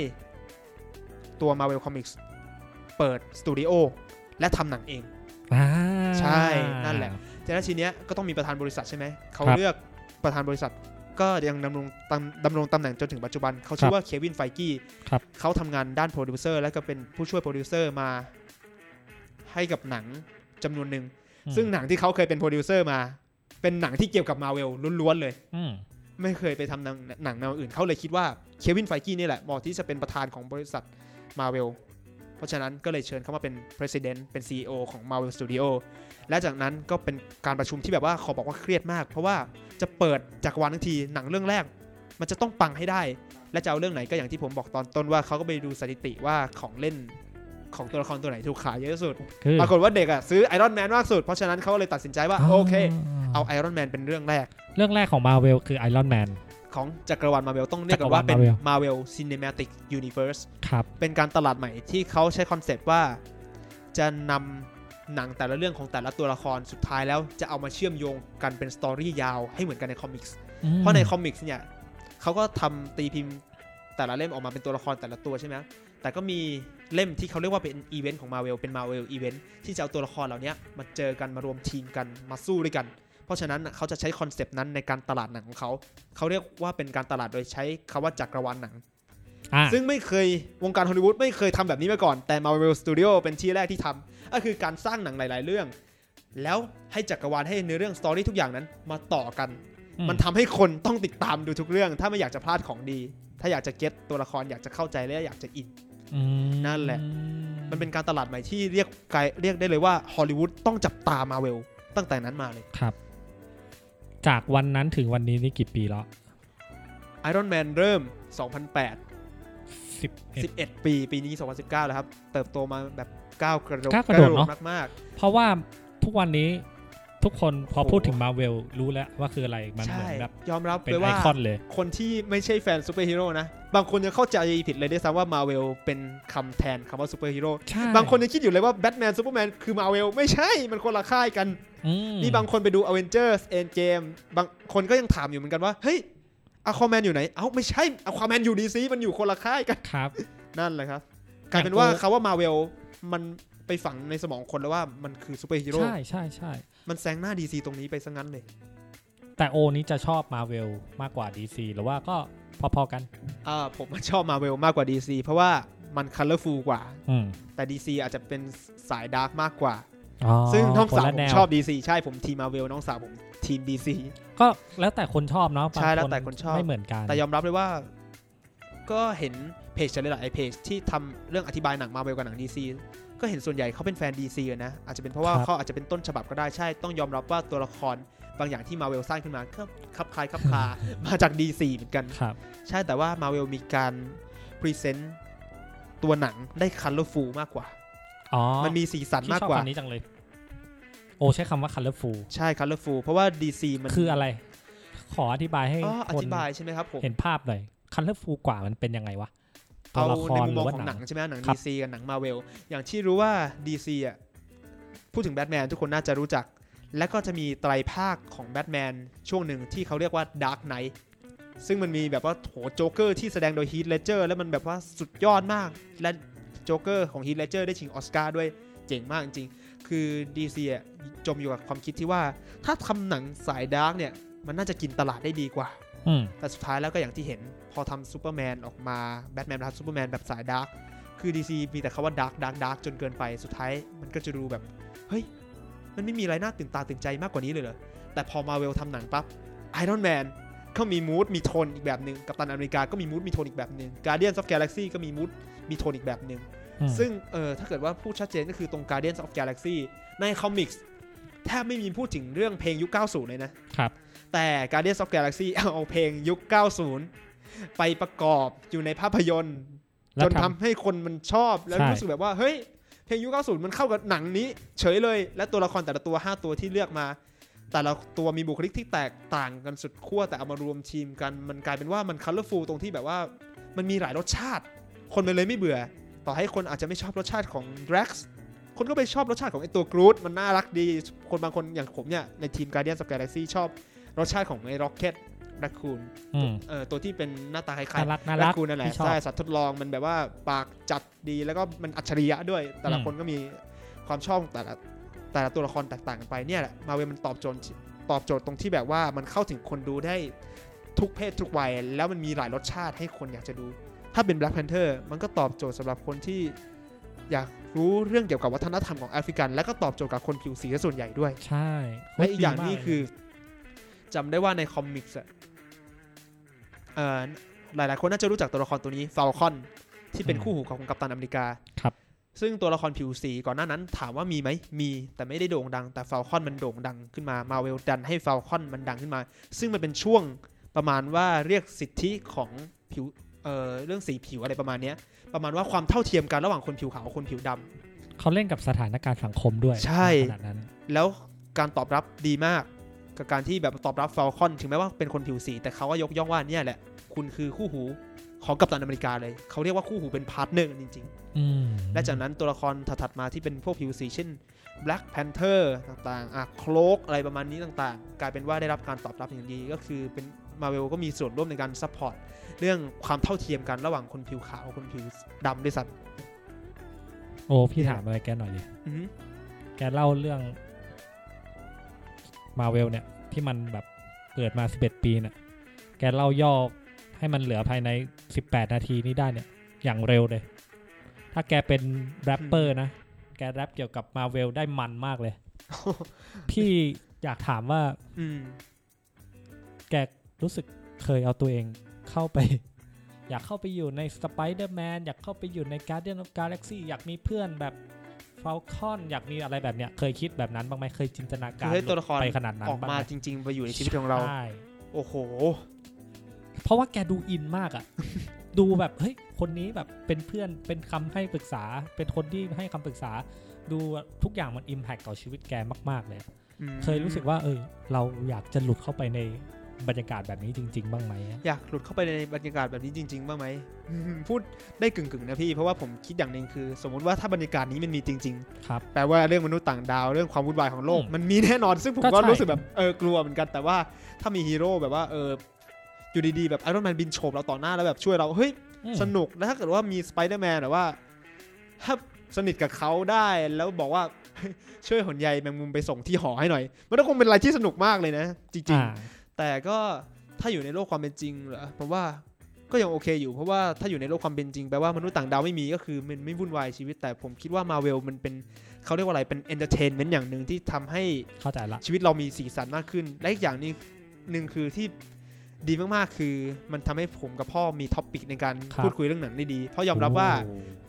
Speaker 2: ตัว Marvel Comics เปิดสตูดิโอและทำหนังเอง
Speaker 1: อ่า
Speaker 2: ใช่นั่นแหละ แต่แล้วทีเนี้ยก็ต้องมีประธานบริษัทใช่ไหม เขา
Speaker 1: ครับ
Speaker 2: เลือกประธานบริษัทก็ยังดำรงตำดำรงตำแหน่งจนถึงปัจจุบัน เขาชื่อว่าเควินไฟกี้
Speaker 1: ครับ
Speaker 2: เขาทำงานด้านโปรดิวเซอร์และก็เป็นผู้ช่วยโปรดิวเซอร์มาให้กับหนังจำนวนหนึ่ง ซึ่งหนังที่เขาเคยเป็นโปรดิวเซอร์มา เป็นหนังที่เกี่ยวกับมาเวลล้วนๆเลย
Speaker 1: อืม
Speaker 2: ไม่เคยไปทำหนังหนังแนวอื่นเขาเลยคิดว่าเควินไฟกี้นี่แหละเหมาะที่จะเป็นประธานของบริษัทมาเวลเพราะฉะนั้นก็เลยเชิญเขามาเป็น President เป็น CEO ของ Marvel Studio และจากนั้นก็เป็นการประชุมที่แบบว่าขอบอกว่าเครียดมาก เพราะว่าจะเปิดจากรวันทั้งทีหนังเรื่องแรก มันจะต้องปังให้ได้ และจะเอาเรื่องไหนก็อย่างที่ผมบอกตอนต้นว่าเขาก็ไปดูสถิติว่าของเล่นของตัวละครตัวไหนถูกขายเยอะที่สุด
Speaker 1: คือ
Speaker 2: ปรากฏว่าเด็กอะซื้อไอรอนแมนมากสุดเพราะฉะนั้นเขาเลยตัดสินใจว่าโอเค เอาไอรอนแมนเป็นเรื่องแรก
Speaker 1: เรื่องแรกของมาเวลคือไอรอนแมน
Speaker 2: ของจักรวาลมาเวลต้องเรียกกันว่า
Speaker 1: จักรวาล
Speaker 2: เป็น
Speaker 1: Marvel
Speaker 2: Marvel Cinematic Universe
Speaker 1: ครับ
Speaker 2: เป็นการตลาดใหม่ที่เขาใช้คอนเซปต์ว่า จะนำหนังแต่ละเรื่องของแต่ละตัวละครสุดท้ายแล้วจะเอามาเชื่อมโยงกันเป็นสตอรี่ยาวให้เหมือนกันในคอมิกส์เพราะในคอมิกส์เนี่ยเขาก็ทำตีพิมพ์แต่ละเล่มออกมาเป็นตัวละครแต่ละตัวใช่ไหมแต่ก็มีเล่มที่เขาเรียกว่าเป็นอีเวนต์ของ Marvel เป็น Marvel Event ที่จะเอาตัวละครเหล่านี้มาเจอกันมารวมทีมกันมาสู้ด้วยกัน เพราะฉะนั้นน่ะเขาจะใช้คอนเซปต์นั้นในการตลาดหนังของเขา เขาเรียกว่าเป็นการตลาดโดยใช้คำว่าจักรวาลหนัง
Speaker 1: อ่ะ
Speaker 2: ซึ่งไม่เคยวงการฮอลลีวูดไม่เคยทำแบบนี้มาก่อน แต่ Marvel Studio เป็นที่แรกที่ทำก็คือการสร้างหนังหลาย ๆ เรื่อง แล้วให้จักรวาลให้เนื้อเรื่องสตอรี่ทุกอย่างนั้นมาต่อกัน
Speaker 1: อื
Speaker 2: มันทำให้คนต้องติดตามดูทุกเรื่อง ถ้าไม่อยากจะพลาดของดี ถ้าอยากจะเก็ตตัวละครอยากจะเข้าใจและอยากจะอิน
Speaker 1: อืม
Speaker 2: นั่นแหละ มันเป็นการตลาดใหม่ที่เรียกไกลเรียกได้เลยว่าฮอลลีวูดต้องจับตามาเวลตั้งแต่นั้นมาเลย
Speaker 1: ครับ จากวันนั้นถึงวันนี้นี่กี่ปีแล้ว
Speaker 2: ไอรอนแมนเริ่ม 2008
Speaker 1: สิบ
Speaker 2: 11 ปีปีนี้ 2019 แล้วครับ เติบโตมาแบบก้าวกระโดด
Speaker 1: ก้าวกระโดด
Speaker 2: าว
Speaker 1: เนอะ
Speaker 2: มากๆ
Speaker 1: เพราะว่าทุกวันนี้ ทุกคนพอ
Speaker 2: โอ้โห
Speaker 1: พูดถึงมาเวลรู้แล้วว่าคืออะไรมันเหมื
Speaker 2: ใช่
Speaker 1: อนแบบ
Speaker 2: ยอมรับ
Speaker 1: เป็น
Speaker 2: เลย
Speaker 1: ไอ
Speaker 2: ว่า
Speaker 1: คอนเลย
Speaker 2: คนที่ไม่ใช่แฟนซูเปอร์ฮีโร่นะ บางคนยังเข้าใจผิดเลยด้วยซ้ำว่ามาเวลเป็นคำแทนคำว่าซูเปอร์ฮีโร่
Speaker 1: ใช่
Speaker 2: บางคนยังคิดอยู่เลยว่าแบทแมนซูเปอร์แมนคือมาเวลไม่ใช่มันคนละค่ายกัน
Speaker 1: อื
Speaker 2: นี่บางคนไปดู a v e n g e r s Endgame บางคนก็ยังถามอยู่เหมือนกันว่า เฮ้ยอควาแมนอยู่ไหน เอ้าไม่ใช่อควาแมนอยู่ดีซีมันอยู่คนละค่ายกัน
Speaker 1: ครับ
Speaker 2: นั่นแหละครับ กลายเป็นว่าคาว่ามาเวลมันไปฝังในสมองคนแล้วว่ามันคือซูเปอร์ฮีโร่
Speaker 1: ใช่ใช่ใช่
Speaker 2: มันแซงหน้าดีซีตรงนี้ไปซะงั้นเลย
Speaker 1: แต่โอนี้จะชอบมาเวลมากกว่า DC หรือว่าก็พอๆกัน
Speaker 2: อ่าผมชอบมาเวลมากกว่า DC เพราะว่ามันคัลเลอร์ฟูลกว่า
Speaker 1: อืม
Speaker 2: แต่ DC อาจจะเป็นสายดาร์กมากกว่า
Speaker 1: อ๋อ
Speaker 2: ซึ่งน้อง
Speaker 1: คน
Speaker 2: สาว
Speaker 1: ละ
Speaker 2: ผ
Speaker 1: แน
Speaker 2: ม
Speaker 1: ว
Speaker 2: ชอบ DC ใช่ผมทีมมาเวลน้องสาวผมทีม DC
Speaker 1: ก็แล้วแต่คนชอบเนาะบาง
Speaker 2: ใช่แล้วแต่คนชอบ
Speaker 1: ไม่เหมือนกัน
Speaker 2: แต่ยอมรับเลยว่าก็เห็นเพจหลายๆเพจที่ทำเรื่องอธิบายหนังมาเวลกับหนังดีซีก็เห็นส่วนใหญ่เขาเป็นแฟนดีซีนะ อาจจะเป็นเพราะว่าเขาอาจจะเป็นต้นฉบับก็ได้ใช่ ต้องยอมรับว่าตัวละครบางอย่างที่มาเวลสร้างขึ้นมาก็คับคล้ายคับคลา มาจากดีซีเหมือนกัน
Speaker 1: ครับ
Speaker 2: ใช่แต่ว่ามาเวลมีการพรีเซนต์ตัวหนังได้คัลเลอร์ฟูลมากกว่า
Speaker 1: อ๋อ
Speaker 2: มันมีสีสัน
Speaker 1: พี่
Speaker 2: มาก
Speaker 1: ชอบ
Speaker 2: กว่า
Speaker 1: คำนี้จังเลย โอใช้คำว่า colorful
Speaker 2: ใช่คัลเลอร์ฟูลเพราะว่าดีซีมัน
Speaker 1: คืออะไร ขออธิบายให้
Speaker 2: อ๋ออ
Speaker 1: คน
Speaker 2: ธิบายใช่ไหมครับผม
Speaker 1: เห็นภาพหน่อย colorful กว่ามันเป็นยังไงวะตัว
Speaker 2: เอา
Speaker 1: ละค
Speaker 2: ใน
Speaker 1: ร
Speaker 2: มุม
Speaker 1: ห
Speaker 2: ม
Speaker 1: รือ อง ว่า
Speaker 2: ของ
Speaker 1: ห
Speaker 2: ห
Speaker 1: นั
Speaker 2: นั
Speaker 1: ง
Speaker 2: งใช่ไหมหนัง
Speaker 1: ครั
Speaker 2: ดี
Speaker 1: บ
Speaker 2: ซีกับหนังมาเวลอย่างที่รู้ว่าดีซีอ่ะพูดถึงแบทแมนทุกคนน่าจะรู้จัก และก็จะมีไตรภาคของแบทแมนช่วงหนึ่งที่เขาเรียกว่าดาร์กไนท์ซึ่งมันมีแบบว่าโหโจ๊กเกอร์ที่แสดงโดยฮีทเลเจอร์แล้วมันแบบว่าสุดยอดมาก และโจ๊กเกอร์ของฮีทเลเจอร์ได้ชิงออสการ์ด้วยเจ๋งมากจริงๆคือดีซีอ่ะจมอยู่กับความคิดที่ว่า ถ้าทำหนังสายดาร์กเนี่ยมันน่าจะกินตลาดได้ดีกว่า
Speaker 1: อืม
Speaker 2: แต่สุดท้ายแล้วก็อย่างที่เห็นพอทำซูเปอร์แมนออกมาแบทแมนทำซูเปอร์แมนแบบสายดาร์กคือ DC มีแต่คาว่าดาร์กดาร์กดาร์กจนเกินไปสุดท้ายมันก็จะดูแบบ เฮ้ย มันไม่มีอะไรน่าตื่นตาตื่นใจมากกว่านี้เลยเหรอ แต่พอมาเวลทำหนังปั๊บไอรอนแมนก็มีมูดมีโทนอีกแบบหนึ่งกัปตันอเมริกาก็มีมูดมีโทนอีกแบบหนึ่งการ์เดียนซอฟแกล a ล็กซี่ก็มีมูดมีโทนอีกแบบหนึ่ง
Speaker 1: อืม
Speaker 2: ซึ่งเออถ้าเกิดว่าพูดชัดเจนก็คือตรง Guardians of Galaxy ในคอมิกส์แทบไม่มีพูดถึงเรื่องเพลงยุค 90 เลยนะ
Speaker 1: ครับ
Speaker 2: แต่ Guardians of Galaxy เอาเพลงยุค 90 ไปประกอบอยู่ในภาพยนตร์
Speaker 1: แล้ว
Speaker 2: จนทำให้คนมันชอบแล้ว
Speaker 1: ใช่
Speaker 2: รู้สึกแบบว่า เฮ้ย เพลงยุค 90 มันเข้ากับหนังนี้ เฉยเลย และตัวละครแต่ละตัว 5 ตัวที่เลือกมา แต่ละตัวมีบุคลิกที่แตกต่างกันสุดขั้วแต่เอามารวมทีมกัน มันกลายเป็นว่ามันคัลเลอร์ฟูลตรงที่แบบว่า มันมีหลายรสชาติ คนมันเลยไม่เบื่อ ต่อให้คนอาจจะไม่ชอบรสชาติของ Drax คนก็ไปชอบรสชาติของไอตัวกรูดมันน่ารักดี คนบางคนอย่างผมเนี่ยในทีม Guardians of Galaxy ชอบรสชาติของไอ้ Rocket Raccoon
Speaker 1: อืม
Speaker 2: เอ่อตัวที่เป็นหน้าตาคล้ายๆ
Speaker 1: น่ารักน่า
Speaker 2: แล
Speaker 1: รั
Speaker 2: ว
Speaker 1: ก
Speaker 2: คุณนั่นแหละ
Speaker 1: ที่ชอบ
Speaker 2: ใช่สัตว์ทดลองมันแบบว่าปากจัดดีแล้วก็มันอัจฉริยะด้วย แต่ละ
Speaker 1: อืม
Speaker 2: คนก็มีความชอบของแต่ละแต่ละตัวละครแตกต่างกันไปเนี่ยแหละมาเวลมันตอบโจทย์ตอบโจทย์ตรงที่แบบว่ามันเข้าถึงคนดูได้ทุกเพศทุกวัย แล้วมันมีหลายรสชาติให้คนอยากจะดู ถ้าเป็น Black Panther มันก็ตอบโจทย์สำหรับคนที่อยากรู้เรื่องเกี่ยวกับวัฒนธรรมของแอฟริกัน และก็ตอบโจทย์กับคนผิวสีซะส่วนใหญ่ด้วย
Speaker 1: ใช่
Speaker 2: และอีกอย่าง
Speaker 1: ดีม
Speaker 2: นี่คือจำได้ว่าในคอมิกส์อะเอ่อหลาย ๆ คนน่าจะรู้จักตัวละครตัวนี้ฟาลคอนที่เป็นคู่หูของกัปตันอเมริกา
Speaker 1: ครับ
Speaker 2: ซึ่งตัวละครผิวสีก่อนหน้านั้นถามว่ามีไหมมี แต่ไม่ได้โด่งดัง แต่ฟาลคอนมันโด่งดังขึ้นมามาเวลดันให้ฟาลคอนมันดังขึ้นมา ซึ่งมันเป็นช่วงประมาณว่าเรียกสิทธิของผิวเอ่อเรื่องสีผิวอะไรประมาณเนี้ยประมาณว่าความเท่าเทียมกันระหว่างคนผิวขาวกับคนผิวดำ
Speaker 1: เขาเล่นกับสถานการณ์สังคมด้วย
Speaker 2: ใช่
Speaker 1: ขนาดนั้น
Speaker 2: แล้วการตอบรับดีมากกับการที่แบบตอบรับฟ a ลคอนถึงแม้ว่าเป็นคนผิวสี แต่เขาก็ยกย่องว่าเนี่ยแหละ คุณคือคู่หูของกัปตันอเมริกาเลย เขาเรียกว่าคู่หูเป็นพาร์ทเนอร์จริง
Speaker 1: อืม
Speaker 2: ๆ และจากนั้นตัวละครถัดๆมาที่เป็นพวกผิวสี เช่น Black Panther ต่างๆอ่ะโคลกอะไรประมาณนี้ต่างๆ กลายเป็นว่าได้รับการตอบรับอย่างดี ก็คือเป็นมาเวลก็มีส่วนร่วมในการซัพพอร์ตเรื่องความเท่าเทียมกันระหว่างคนผิวขาวกับคนผิวดำด้วยซ้
Speaker 1: โอ้พี่ถามอะไรแกหน่อยดิ
Speaker 2: ำอือฮึ
Speaker 1: แกเล่าเรื่องมาเวลเนี่ย ที่มันแบบเกิดมา 11 ปีเนี่ยแกเล่าย่อให้มันเหลือภายใน 18 นาทีนี้ได้เนี่ย อย่างเร็วเลย ถ้าแกเป็นแรปเปอร์นะ แกแรปเกี่ยวกับมาเวลได้มันมากเลย
Speaker 2: โอ้โห
Speaker 1: พี่อยากถามว่า
Speaker 2: อืม
Speaker 1: แกรู้สึกเคยเอาตัวเองเข้าไป อยากเข้าไปอยู่ในสไปเดอร์แมนอยากเข้าไปอยู่ในการ์เดียนออฟกาแล็กซี่อยากมีเพื่อนแบบฟ a ลคอนอยากมีอะไรแบบเนี้ย เคยคิดแบบนั้นบ้างไหมเคยจินตนาการ
Speaker 2: คือให้ตัวละคร
Speaker 1: ไปขนาดนั้น
Speaker 2: ออก
Speaker 1: บ้าง
Speaker 2: มา
Speaker 1: ไห
Speaker 2: จริง ๆ ไปอยู่ในชีวิตของเรา
Speaker 1: ใช่
Speaker 2: โอ้โห
Speaker 1: เพราะว่าแกดูอินมากอะ ดูแบบเฮ้ยคนนี้แบบเป็นเพื่อนเป็นคำให้ปรึกษา เป็นคนที่ให้คำปรึกษา ดูทุกอย่างมันอิมแพคต่อชีวิตแกมาก ๆ เลย
Speaker 2: อืม
Speaker 1: เคยรู้สึกว่า เออเราอยากจะหลุดเข้าไปในบรรยากาศแบบนี้จริง ๆ บ้างไหมอะ
Speaker 2: อยากหลุดเข้าไปในบรรยากาศแบบนี้จริงๆบ้างไหม อืมพูดได้กึ่งๆนะพี่ เพราะว่าผมคิดอย่างหนึ่งคือ สมมติว่าถ้าบรรยากาศนี้มันมีจริง
Speaker 1: ครับ
Speaker 2: ๆ แปลว่าเรื่องมนุษย์ต่างดาวเรื่องความวุ่นวายของโลก
Speaker 1: อืม
Speaker 2: มันมีแน่นอนซึ่งผม
Speaker 1: ก็
Speaker 2: ก็
Speaker 1: ใช่
Speaker 2: รู้สึกแบบเออกลัวเหมือนกัน แต่ว่าถ้ามีฮีโร่แบบว่าเอออยู่ดีๆแบบไอรอนแมนบินโฉบเราต่อหน้าแล้วแบบช่วยเราเฮ้ย
Speaker 1: อืม
Speaker 2: สนุกแล้วถ้าเกิดว่ามีสไปเดอร์แมนแบบว่าถ้าสนิทกับเขาได้แล้วบอกว่า ช่วยขนใยแมงมุมไปส่งที่หอให้หน่อย มันก็คงเป็นอะไรที่สนุกมากเลยนะ จริง
Speaker 1: อ่า
Speaker 2: ๆ แต่ก็ถ้าอยู่ในโลกความเป็นจริงเหรอผมว่าก็ยังโอเคอยู่เพราะว่าถ้าอยู่ในโลกความเป็นจริงแปลว่ามนุษย์ต่างดาวไม่มีก็คือมันไม่วุ่นวายชีวิต แต่ผมคิดว่ามาเวลมันเป็นเขาเรียกว่าอะไรเป็นเอนเตอร์เทนเมนต์อย่างหนึ่งที่ทำให้
Speaker 1: เข้าใจละ
Speaker 2: ชีวิตเรามีสีสันมากขึ้น และอีกอย่างหนึงหนึ่งคือที่ดีมากๆ คือมันทำให้ผมกับพ่อมีท็อปปิกในการ
Speaker 1: ครับ
Speaker 2: พูดคุยเรื่องหนังได้ดี เพราะยอมรับว่า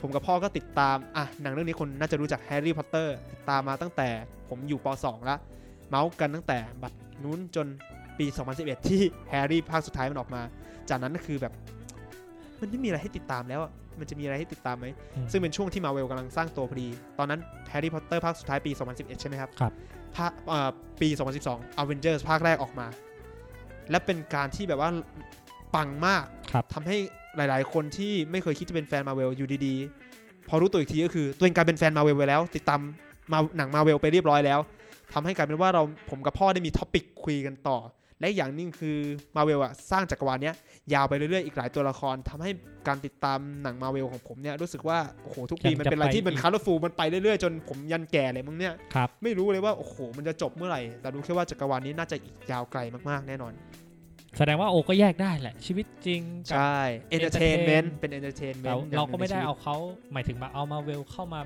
Speaker 2: ผมกับพ่อก็ติดตาม อ่ะ หนังเรื่องนี้คนน่าจะรู้จักแฮร์รี่พอตเตอร์ติดตามมาตั้งแต่ผมอยู่ป .2 ละเมาส์กันตั้งแต่บัดนู้นจนปี 2011 ที่แฮร์รี่ภาคสุดท้ายมันออกมา จากนั้นก็คือแบบ มันไม่มีอะไรให้ติดตามแล้วอะมันจะมีอะไรให้ติดตามไหม
Speaker 1: อืม
Speaker 2: ซึ่งเป็นช่วงที่มาเวลกำลังสร้างตัวพอดี ตอนนั้นแฮร์รี่พอตเตอร์ภาคสุดท้ายปี 2011 ใช่ไหมครับ
Speaker 1: ครับ
Speaker 2: ภาคเอ่อปี 2012 a v e n g e r s ภาคแรกออกมา และเป็นการที่แบบว่าปังมาก
Speaker 1: ครับ
Speaker 2: ทำให้หลาย ๆ คนที่ไม่เคยคิดจะเป็นแฟนมาเวลอยู่ดีๆ พอรู้ตัวอีกทีก็คือ ตัวเองกลายเป็นแฟนมาเวลไปแล้ว ติดตามมาหนังมาเวลไปเรียบร้อยแล้วทำให้กลายเป็นว่าเราผมกับพ่อได้มีท็อปิกคุยกันต่อ และอีกอย่างหนึงคือมาเวลอะสร้างจักรวาลเนี้ยยาวไปเรื่อย ๆ อีกหลายตัวละครทำให้การติดตามหนังมาเวลของผมเนี่ยรู้สึกว่าโอ้โหทุกปี
Speaker 1: ยัง
Speaker 2: มันเป็นอะไรที่มัน
Speaker 1: จะไปอีก
Speaker 2: คาร์ฟูมันไปเรื่อย ๆ จนผมยันแก่เลยมึงเนี่ย
Speaker 1: ครับ
Speaker 2: ไม่รู้เลยว่าโอ้โหมันจะจบเมื่อไหร่แต่รู้แค่ว่าจักรวาลนี้น่าจะอีกยาวไกลมากๆแน่นอน
Speaker 1: แสดงว่าโอก็แยกได้แหละ ชีวิตจริงกับ
Speaker 2: ใช่ entertainment เป็น entertainment
Speaker 1: เรา
Speaker 2: อย่งหนึ่ง
Speaker 1: เราก็ไม่ได้
Speaker 2: ในชีวิต
Speaker 1: เอาเขาหมายถึงมาเอามาเวลเข้ามา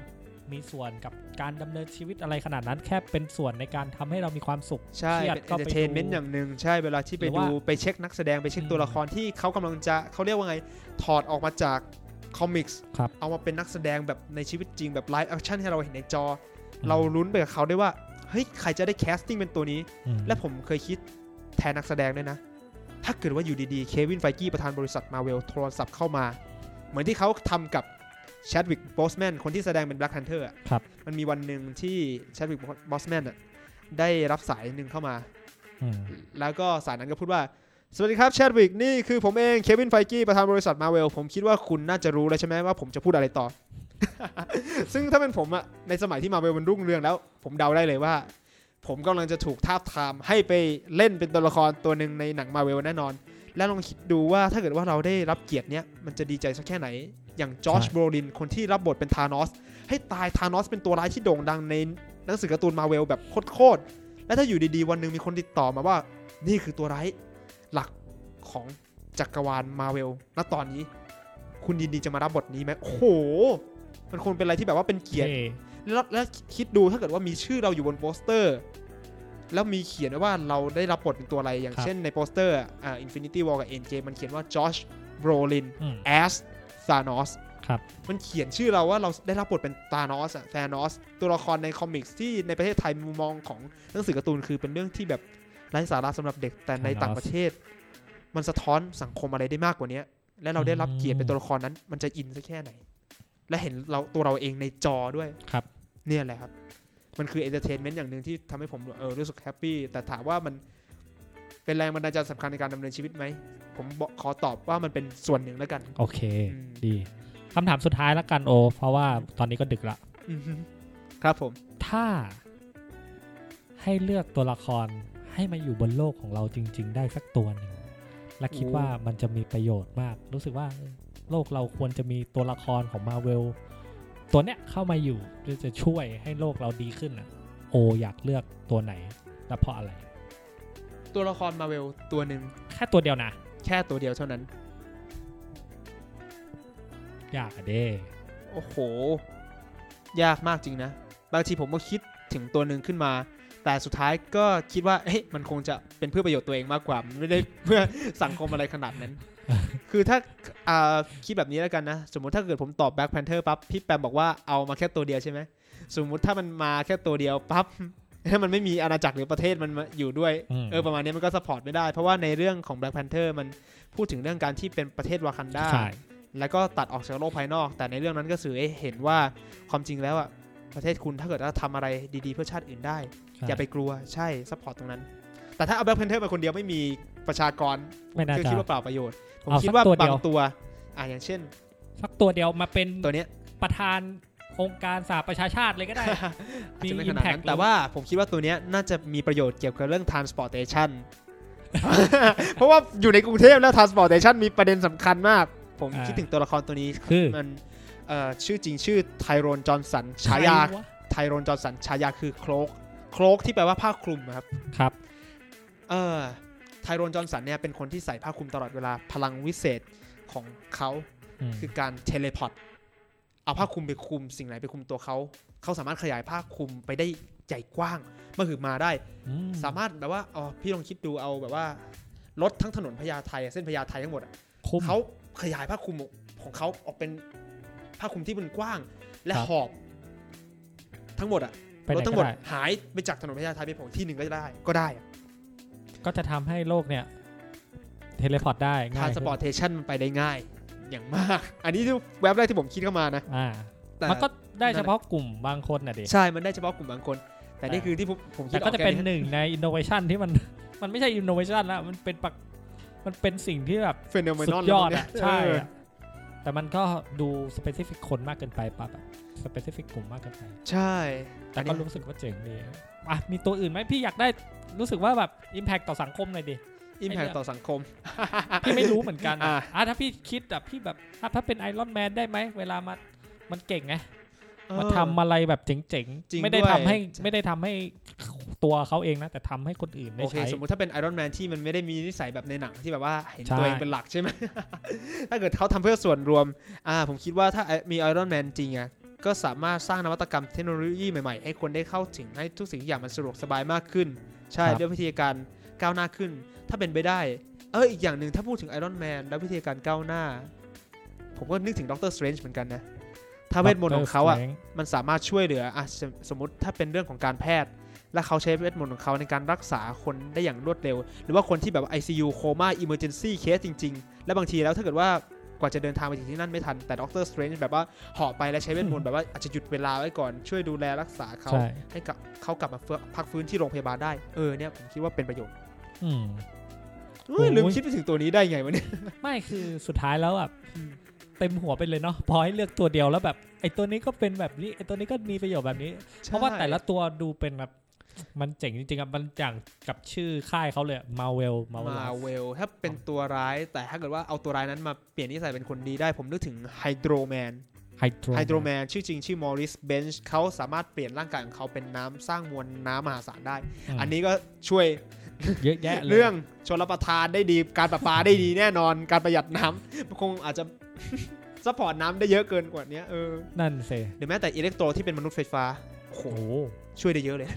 Speaker 1: มีส่วนกับการดำเนินชีวิตอะไรขนาดนั้นแค่เป็นส่วนในการทำให้เรามีความสุข
Speaker 2: ใช่
Speaker 1: เครียด
Speaker 2: เป็น
Speaker 1: ก็
Speaker 2: เอน
Speaker 1: ไปดู
Speaker 2: เตอร์เทนเมนต์อย่างหนึ่งใช่เวลาที่ไป
Speaker 1: หรือ
Speaker 2: ดู
Speaker 1: ว่า
Speaker 2: ไปเช็คนักแสดงไปเช็ค
Speaker 1: อืม
Speaker 2: ตัวละครที่เขากำลังจะเขาเรียกว่าไง ถอดออกมาจากคอมิกส์
Speaker 1: ครับ
Speaker 2: เอามาเป็นนักแสดงแบบในชีวิตจริงแบบไลฟ์แอคชั่นให้เราเห็นในจอ เราลุ้นไปกับเขาได้วยว่า เฮ้ย ใครจะได้แคสติ้งเป็นตัวนี้
Speaker 1: อืม
Speaker 2: และผมเคยคิดแทนนักแสดงด้วยนะ ถ้าเกิดว่าอยู่ดีๆ เควินไฟกี้ประธานบริษัทมาเวลโทรศัพท์เข้ามา เหมือนที่เขาทำกับแชดวิกบอสแมนคนที่แสดงเป็นแบล็กฮันเตอร์
Speaker 1: ครับ
Speaker 2: มันมีวันหนึ่งที่แชดวิกบอสแมนอะได้รับสายหนึ่งเข้ามา
Speaker 1: อืม
Speaker 2: แล้วก็สายนั้นก็พูดว่า สวัสดีครับแชดวิกนี่คือผมเองเควินไฟกี้ประธานบริษัทมาเวล ผมคิดว่าคุณน่าจะรู้แล้วใช่ไหมว่าผมจะพูดอะไรต่ อ ซึ่งถ้าเป็นผมอะในสมัยที่มาเวลมันรุ่งเรืองแล้ว ผมเดาได้เลยว่า ผมกำลังจะถูกท้าบทามให้ไปเล่นเป็นตัวละครตัวหนึ่งในหนังมาเวลแน่นอน แล้วลองคิดดูว่าถ้าเกิดว่าเราได้รับเกียรติเนี้ยมันจะดีใจสักแค่ไหน อย่างจอร์จโบรลินคนที่รับบทเป็นธานอส ให้ตายธานอสเป็นตัวร้ายที่โด่งดังในหนังสือการ์ตูนมาเวลแบบโคตรๆและถ้าอยู่ดีๆ วันหนึ่งมีคนติดต่อมาว่า นี่คือตัวร้ายหลักของจักรวาลมาเวลณตอนนี้ คุณยินดีจะมารับบทนี้ไหมโอ้โห มันคงเป็นอะไรที่แบบว่าเป็นเกียรติ
Speaker 1: ท่
Speaker 2: แล้วแล้วคิดดูถ้าเกิดว่ามีชื่อเราอยู่บนโปสเตอร์ แล้วมีเขียนไว้ว่าเราได้รับบทเป็นตัวอะไรอย่างเช่นในโปสเตอร์อ่าอินฟินิตี้วอลกับเอ็นเกมมันเขียนว่าจอชโบรลิน
Speaker 1: อืม
Speaker 2: แอสซานอส
Speaker 1: ครับ
Speaker 2: มันเขียนชื่อเราว่าเราได้รับบทเป็นตานอสอะแฟนอส ตัวละครในคอมิกส์ที่ในประเทศไทยมุมมองของหนังสือการ์ตูนคือเป็นเรื่องที่แบบไร้สาระสำหรับเด็กแต่ในต่างประเทศ มันสะท้อนสังคมอะไรได้มากกว่าเนี้ยและเราได้รับเกียรติเป็นตัวละครนั้น มันจะอินสักแค่ไหน และเห็นเราตัวเราเองในจอด้วย
Speaker 1: ครับ
Speaker 2: เนี่ยแหละครับ มันคือเอนเตอร์เทนเมนต์อย่างหนึ่งที่ทำให้ผมเออรู้สึกแฮปปี้ แต่ถามว่ามันเป็นแรงบันดาลใจสำคัญในการดำเนินชีวิตไหม ผมบอกขอตอบว่ามันเป็นส่วนหนึ่งแล้วกัน
Speaker 1: โอเค
Speaker 2: อืม
Speaker 1: ดีคำถามสุดท้ายละกันโอ เพราะว่าตอนนี้ก็ดึกละ
Speaker 2: อือฮึครับผม
Speaker 1: ถ้า ให้เลือกตัวละครให้มาอยู่บนโลกของเราจริง ๆ ได้สักตัวหนึ่งและคิด
Speaker 2: โอ้
Speaker 1: ว่ามันจะมีประโยชน์มาก รู้สึกว่าโลกเราควรจะมีตัวละครของมาเวลตัวเนี้ยเข้ามาอยู่เพื่อจะช่วยให้โลกเราดีขึ้นอ่ะ โออยากเลือกตัวไหน และเพราะอะไร
Speaker 2: ตัวละครมาเวลตัวหนึ่ง
Speaker 1: แค่ตัวเดียวนะ
Speaker 2: แค่ตัวเดียวเท่านั้น
Speaker 1: อยากอะเด้
Speaker 2: โอ้โห ยากมากจริงนะ บางทีผมก็คิดถึงตัวหนึ่งขึ้นมา แต่สุดท้ายก็คิดว่าเฮ้ยมันคงจะเป็นเพื่อประโยชน์ตัวเองมากกว่ามันไม่ได้เพื่อสังคมอะไรขนาด นั้น คือถ้าอ่าคิดแบบนี้แล้วกันนะ สมมุติถ้าเกิดผมตอบแบ็คแพนเทอร์ปั๊บพี่แปมบอกว่าเอามาแค่ตัวเดียวใช่ไหมสมมุติถ้ามันมาแค่ตัวเดียวปั๊บ ถ้ามันไม่มีอาณาจักรหรือประเทศมันมาอยู่ด้วย
Speaker 1: ม
Speaker 2: เออประมาณนี้มันก็สปอร์ตไม่ได้ เพราะว่าในเรื่องของ Black Panther มันพูดถึงเรื่องการที่เป็นประเทศวากันดา
Speaker 1: ใช่
Speaker 2: แล้วก็ตัดออกจากโลกภายนอก แต่ในเรื่องนั้นก็สื่อให้เห็นว่าความจริงแล้วอ่ะ ประเทศคุณถ้าเกิดว่าทำอะไรดีๆเพื่อชาติอื่นได้
Speaker 1: ใช่
Speaker 2: อย่าไปกลัวใช่ซัพพอร์ตตรงนั้น แต่ถ้าเอาแบล็คแพนเทอร์มาคนเดียวไม่มีประชากร
Speaker 1: ไม่น่า
Speaker 2: ก็
Speaker 1: จะ
Speaker 2: คิดว่าเปล่าประโยชน์ ผม
Speaker 1: เอา
Speaker 2: คิด
Speaker 1: สัก
Speaker 2: ว่า
Speaker 1: ตัวเดี
Speaker 2: บา
Speaker 1: ยว
Speaker 2: งตัวอ่ะอย่างเช่น
Speaker 1: สักตัวเดียวมาเป็น
Speaker 2: ตัวเนี้ย
Speaker 1: ประธานองค์การสหประชาชาติเลยก็ได้
Speaker 2: อาจจะไม่
Speaker 1: มี
Speaker 2: ขนาด
Speaker 1: impact
Speaker 2: นั้นแต่ว่าผมคิดว่าตัวเนี้ยน่าจะมีประโยชน์เกี่ยวกับเรื่อง transportation เพราะว่าอยู่ในกรุงเทพแล้ว transportation มีประเด็นสำคัญมาก ผม
Speaker 1: อ่า
Speaker 2: คิดถึง ตัวละครตัวนี้
Speaker 1: คือ
Speaker 2: มันเอ่อชื่อจริงชื่อไทโรนจอห์นสันฉายา ไทโรนจอห์นสันฉายาคือโคลกโคลกที่แปลว่าผ้าคลุมครับ
Speaker 1: ครับ
Speaker 2: เออไทโรนจอห์นสันเนี่ยเป็นคนที่ใส่ผ้าคลุมตลอดเวลาพลังวิเศษของเขา
Speaker 1: อืม
Speaker 2: คือการเทเลพอร์ตเอาผ้าคลุมไปคลุมสิ่งไหนไปคลุมตัวเขา เขาสามารถขยายผ้าคลุมไปได้ใหญ่กว้างมหึมาได้
Speaker 1: ม
Speaker 2: สามารถแบบว่าอ๋อพี่ลองคิดดูเอาแบบว่ารถทั้งถนนพญาไทอะเส้นพญาไททั้งหมดอะ
Speaker 1: คุ้ม
Speaker 2: เขาขยายผ้าคลุมของเขาออกเป็นผ้าคลุมที่มันกว้าง และ
Speaker 1: ครับ
Speaker 2: หอบ ทั้งหมดอะ
Speaker 1: ไปไห
Speaker 2: ร
Speaker 1: น
Speaker 2: ถ
Speaker 1: ก็
Speaker 2: ทั้งหมด
Speaker 1: ได้
Speaker 2: หายไปจากถนนพญาไทไปโผล่ที่หนึ่งก็ได้ก็ได้อะ
Speaker 1: ก็จะทำให้โลกเนี่ย เทเลพอร์ตได้
Speaker 2: ท
Speaker 1: ง่าย
Speaker 2: รานสปอร์ตเทชันมันไปได้ง่าย อย่างมาก อันนี้ที่แว็บแรกที่ผมคิดเข้ามานะ
Speaker 1: อ่า
Speaker 2: แต่
Speaker 1: มันก็ได้เฉพาะกลุ่มบางคนน่ะเด็ก
Speaker 2: ใช่มันได้เฉพาะกลุ่มบางคน แต่นี่คือที่ผมผมคิด
Speaker 1: แต่
Speaker 2: ออ
Speaker 1: ก็
Speaker 2: ก
Speaker 1: จะ
Speaker 2: แค่
Speaker 1: เป็น
Speaker 2: นี้
Speaker 1: หนึ่งในอินโนเวชันที่มัน มันไม่ใช่อินโนเวชันละมันเป็นปักมันเป็นสิ่งที่แบบ
Speaker 2: เฟนเม
Speaker 1: สุ
Speaker 2: นอล
Speaker 1: ดยอดอ่ะใช่อะแต่มันก็ดูสเปซิฟิกคนมากเกินไปปะแบบสเปซิฟิกกลุ่มมากเกินไป
Speaker 2: ใช่
Speaker 1: แต่ก็รู้สึกว่าเจ๋งดีอ่ะมีตัวอื่นไหมพี่อยากได้รู้สึกว่าแบบ Impact ต่อสังคมหน่อยดิ
Speaker 2: อิมแพค
Speaker 1: ไอ้เนี่ย
Speaker 2: ต่อสังคม
Speaker 1: พี่ไม่รู้เหมือนกัน
Speaker 2: อ่ะ
Speaker 1: อ่ะถ้าพี่คิดแบบพี่แบบอ่ะถ้าเป็นไอรอนแมนได้ไหมเวลามามันเก่งไงมาทำอะไรแบบเจ๋ง
Speaker 2: จริ
Speaker 1: ๆ
Speaker 2: ง
Speaker 1: ไม่ได้
Speaker 2: ด้วย
Speaker 1: ทำให้ไม่ได้ทำให้ตัวเขาเองนะแต่ทำให้คนอื่นได้
Speaker 2: โอเค
Speaker 1: ใช้
Speaker 2: สมมติถ้าเป็นไอรอนแมนที่มันไม่ได้มีนิสัยแบบในหนังที่แบบว่าเห็น
Speaker 1: ใช่
Speaker 2: ตัวเองเป็นหลักใช่ไหม ถ้าเกิดเขาทำเพื่อส่วนรวม อ่า ผมคิดว่าถ้ามีไอรอนแมนจริงอ่ะ ก็สามารถสร้างนวัตกรรมเทคโนโลยีใหม่ ๆ ให้คนได้เข้าถึงให้ทุกสิ่งทุกอย่างมันสะดวกสบายมากขึ้น ใช่
Speaker 1: ครับ
Speaker 2: ด้วยวิธีการก้าวหน้าขึ้น ถ้าเป็นไปได้ เอออีกอย่างหนึ่งถ้าพูดถึงไอรอนแมนและวิธีการก้าวหน้า ผมก็นึกถึงด็อกเตอร์สเตรนจ์เหมือนกันนะ ถ้าเวทมนต์ของเขาอ่ะ มันสามารถช่วยเหลืออ่ะสมสมมติถ้าเป็นเรื่องของการแพทย์ และเขาใช้เวทมนต์ของเขาในการรักษาคนได้อย่างรวดเร็ว หรือว่าคนที่แบบ ICU โคม่า emergency case จริง ๆ และบางทีแล้วถ้าเกิดว่ากว่าจะเดินทางไปถึงที่นั่นไม่ทัน แต่ด็อกเตอร์สเตรนจ์แบบว่าเหาะไปและใช้เวทมนต์แบบว่าอาจจะหยุดเวลาไว้ก่อน ช่วยดูแลรักษาเขา
Speaker 1: ใช่
Speaker 2: ให้กับเขากลับมาเฟื่อพักฟื้นที่โรงพยาบาลได้ เออเนี่ยผมคิดว่าเป็นประโยชน์
Speaker 1: อืม
Speaker 2: เฮ้ย
Speaker 1: โอ้ย
Speaker 2: ลืมคิดไปถึงตัวนี้ได้ไงวะเนี่ย
Speaker 1: ไม่คือสุดท้ายแล้วแบบ
Speaker 2: อืม
Speaker 1: เต็มหัวไปเลยเนาะพอให้เลือกตัวเดียวแล้วแบบไอ้ตัวนี้ก็เป็นแบบนี้ไอ้ตัวนี้ก็มีประโยชน์แบบนี้ เพราะว่าแต่ละตัวดูเป็นแบบมันเจ๋งจริงๆอะมันอย่างกับชื่อค่ายเขาเลยมาเวลมาเวล
Speaker 2: มาเวลถ้าเป็นตัวร้าย แต่ถ้าเกิดว่าเอาตัวร้ายนั้นมาเปลี่ยนนิสัยเป็นคนดีได้ผมนึกถึงไฮโดรแมน
Speaker 1: ไฮโดร
Speaker 2: ไฮโดรแมนชื่อจริงชื่อมอริสเบนช์เขาสามารถเปลี่ยนร่างกายของเขาเป็นน้ำสร้างมวลน้ำมหาศาลได้ อันนี้ก็ช่วย
Speaker 1: เยอะแยะเลย
Speaker 2: เรื่องชลประทานได้ดีการประปาได้ดีแน่นอน การประหยัดน้ำคงอาจจะ ซัพพอร์ตน้ำได้เยอะเกินกว่านี้เออ
Speaker 1: นั่นเซ
Speaker 2: หรือแม้แต่อิเล็กโตรที่เป็นมนุษย์ไฟฟ้าโอ้โห
Speaker 1: โอ้โห
Speaker 2: ช่วยได้เยอะเลย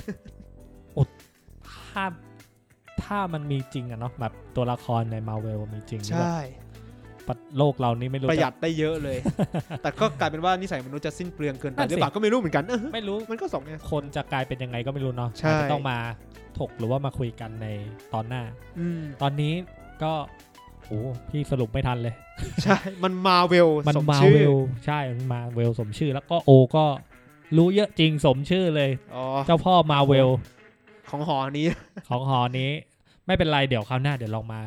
Speaker 1: ถ้าถ้ามันมีจริงอะเนาะแบบตัวละครในมาเวลมีจริง
Speaker 2: ใช่
Speaker 1: แบบโลกเรานี่ไม่รู้จ
Speaker 2: ประหยัดได้เยอะเลย แต่ก็กลายเป็นว่านิสัยมนุษย์จะสิ้นเปลืองเกินไปหรือเปล่าก็ไม่รู้เหมือนกันเออ
Speaker 1: ไม่รู้
Speaker 2: มันก็สองเนี่ย
Speaker 1: คนจะกลายเป็นยังไงก็ไม่รู้เนาะ
Speaker 2: ใช่
Speaker 1: อาจจะต้องมาถกหรือว่ามาคุยกันในตอนหน้า
Speaker 2: อืม
Speaker 1: ตอนนี้ก็โอ้พี่สรุปไม่ทันเลย
Speaker 2: ใช่ มันมาเวล
Speaker 1: มัน
Speaker 2: สม
Speaker 1: มา
Speaker 2: ชื่
Speaker 1: เว
Speaker 2: อ
Speaker 1: ลใช่มันมาเวลสมชื่อ แล้วก็โอก็รู้เยอะจริงสมชื่อเลย
Speaker 2: อ๋อ
Speaker 1: เจ้าพ่อมาเวล
Speaker 2: ของหอนี้
Speaker 1: ของหอนี้ ไม่เป็นไรเดี๋ยวคราวหน้าเดี๋ยวลองมา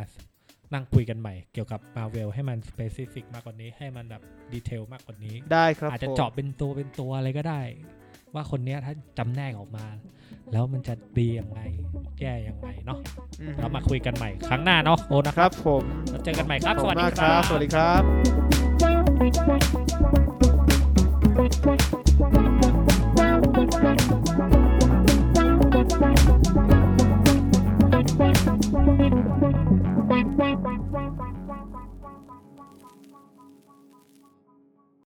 Speaker 1: นั่งคุยกันใหม่เกี่ยวกับมาเวลให้มันสเปซิฟิกมากกว่านี้ให้มันแบบดีเทลมากกว่านี้
Speaker 2: ได้ครับ
Speaker 1: อาจจะ
Speaker 2: ผม
Speaker 1: เจาะเป็นตัวเป็นตัวอะไรก็ได้ ว่าคนเนี้ยถ้าจำแนกออกมา แล้วมันจะดียังไงแย่ยังไงเนาะแล้วมาคุยกันใหม่ครั้งหน้าเนาะโอนะ
Speaker 2: ค
Speaker 1: ครับ
Speaker 2: รับผม
Speaker 1: แล้วเจอกันใหม่ครับ
Speaker 2: ขอบ
Speaker 1: ส
Speaker 2: คุ
Speaker 1: วัส
Speaker 2: ณ
Speaker 1: ดีครั
Speaker 2: มากครับ
Speaker 1: บ
Speaker 2: สวัสดีครับ
Speaker 3: Bye.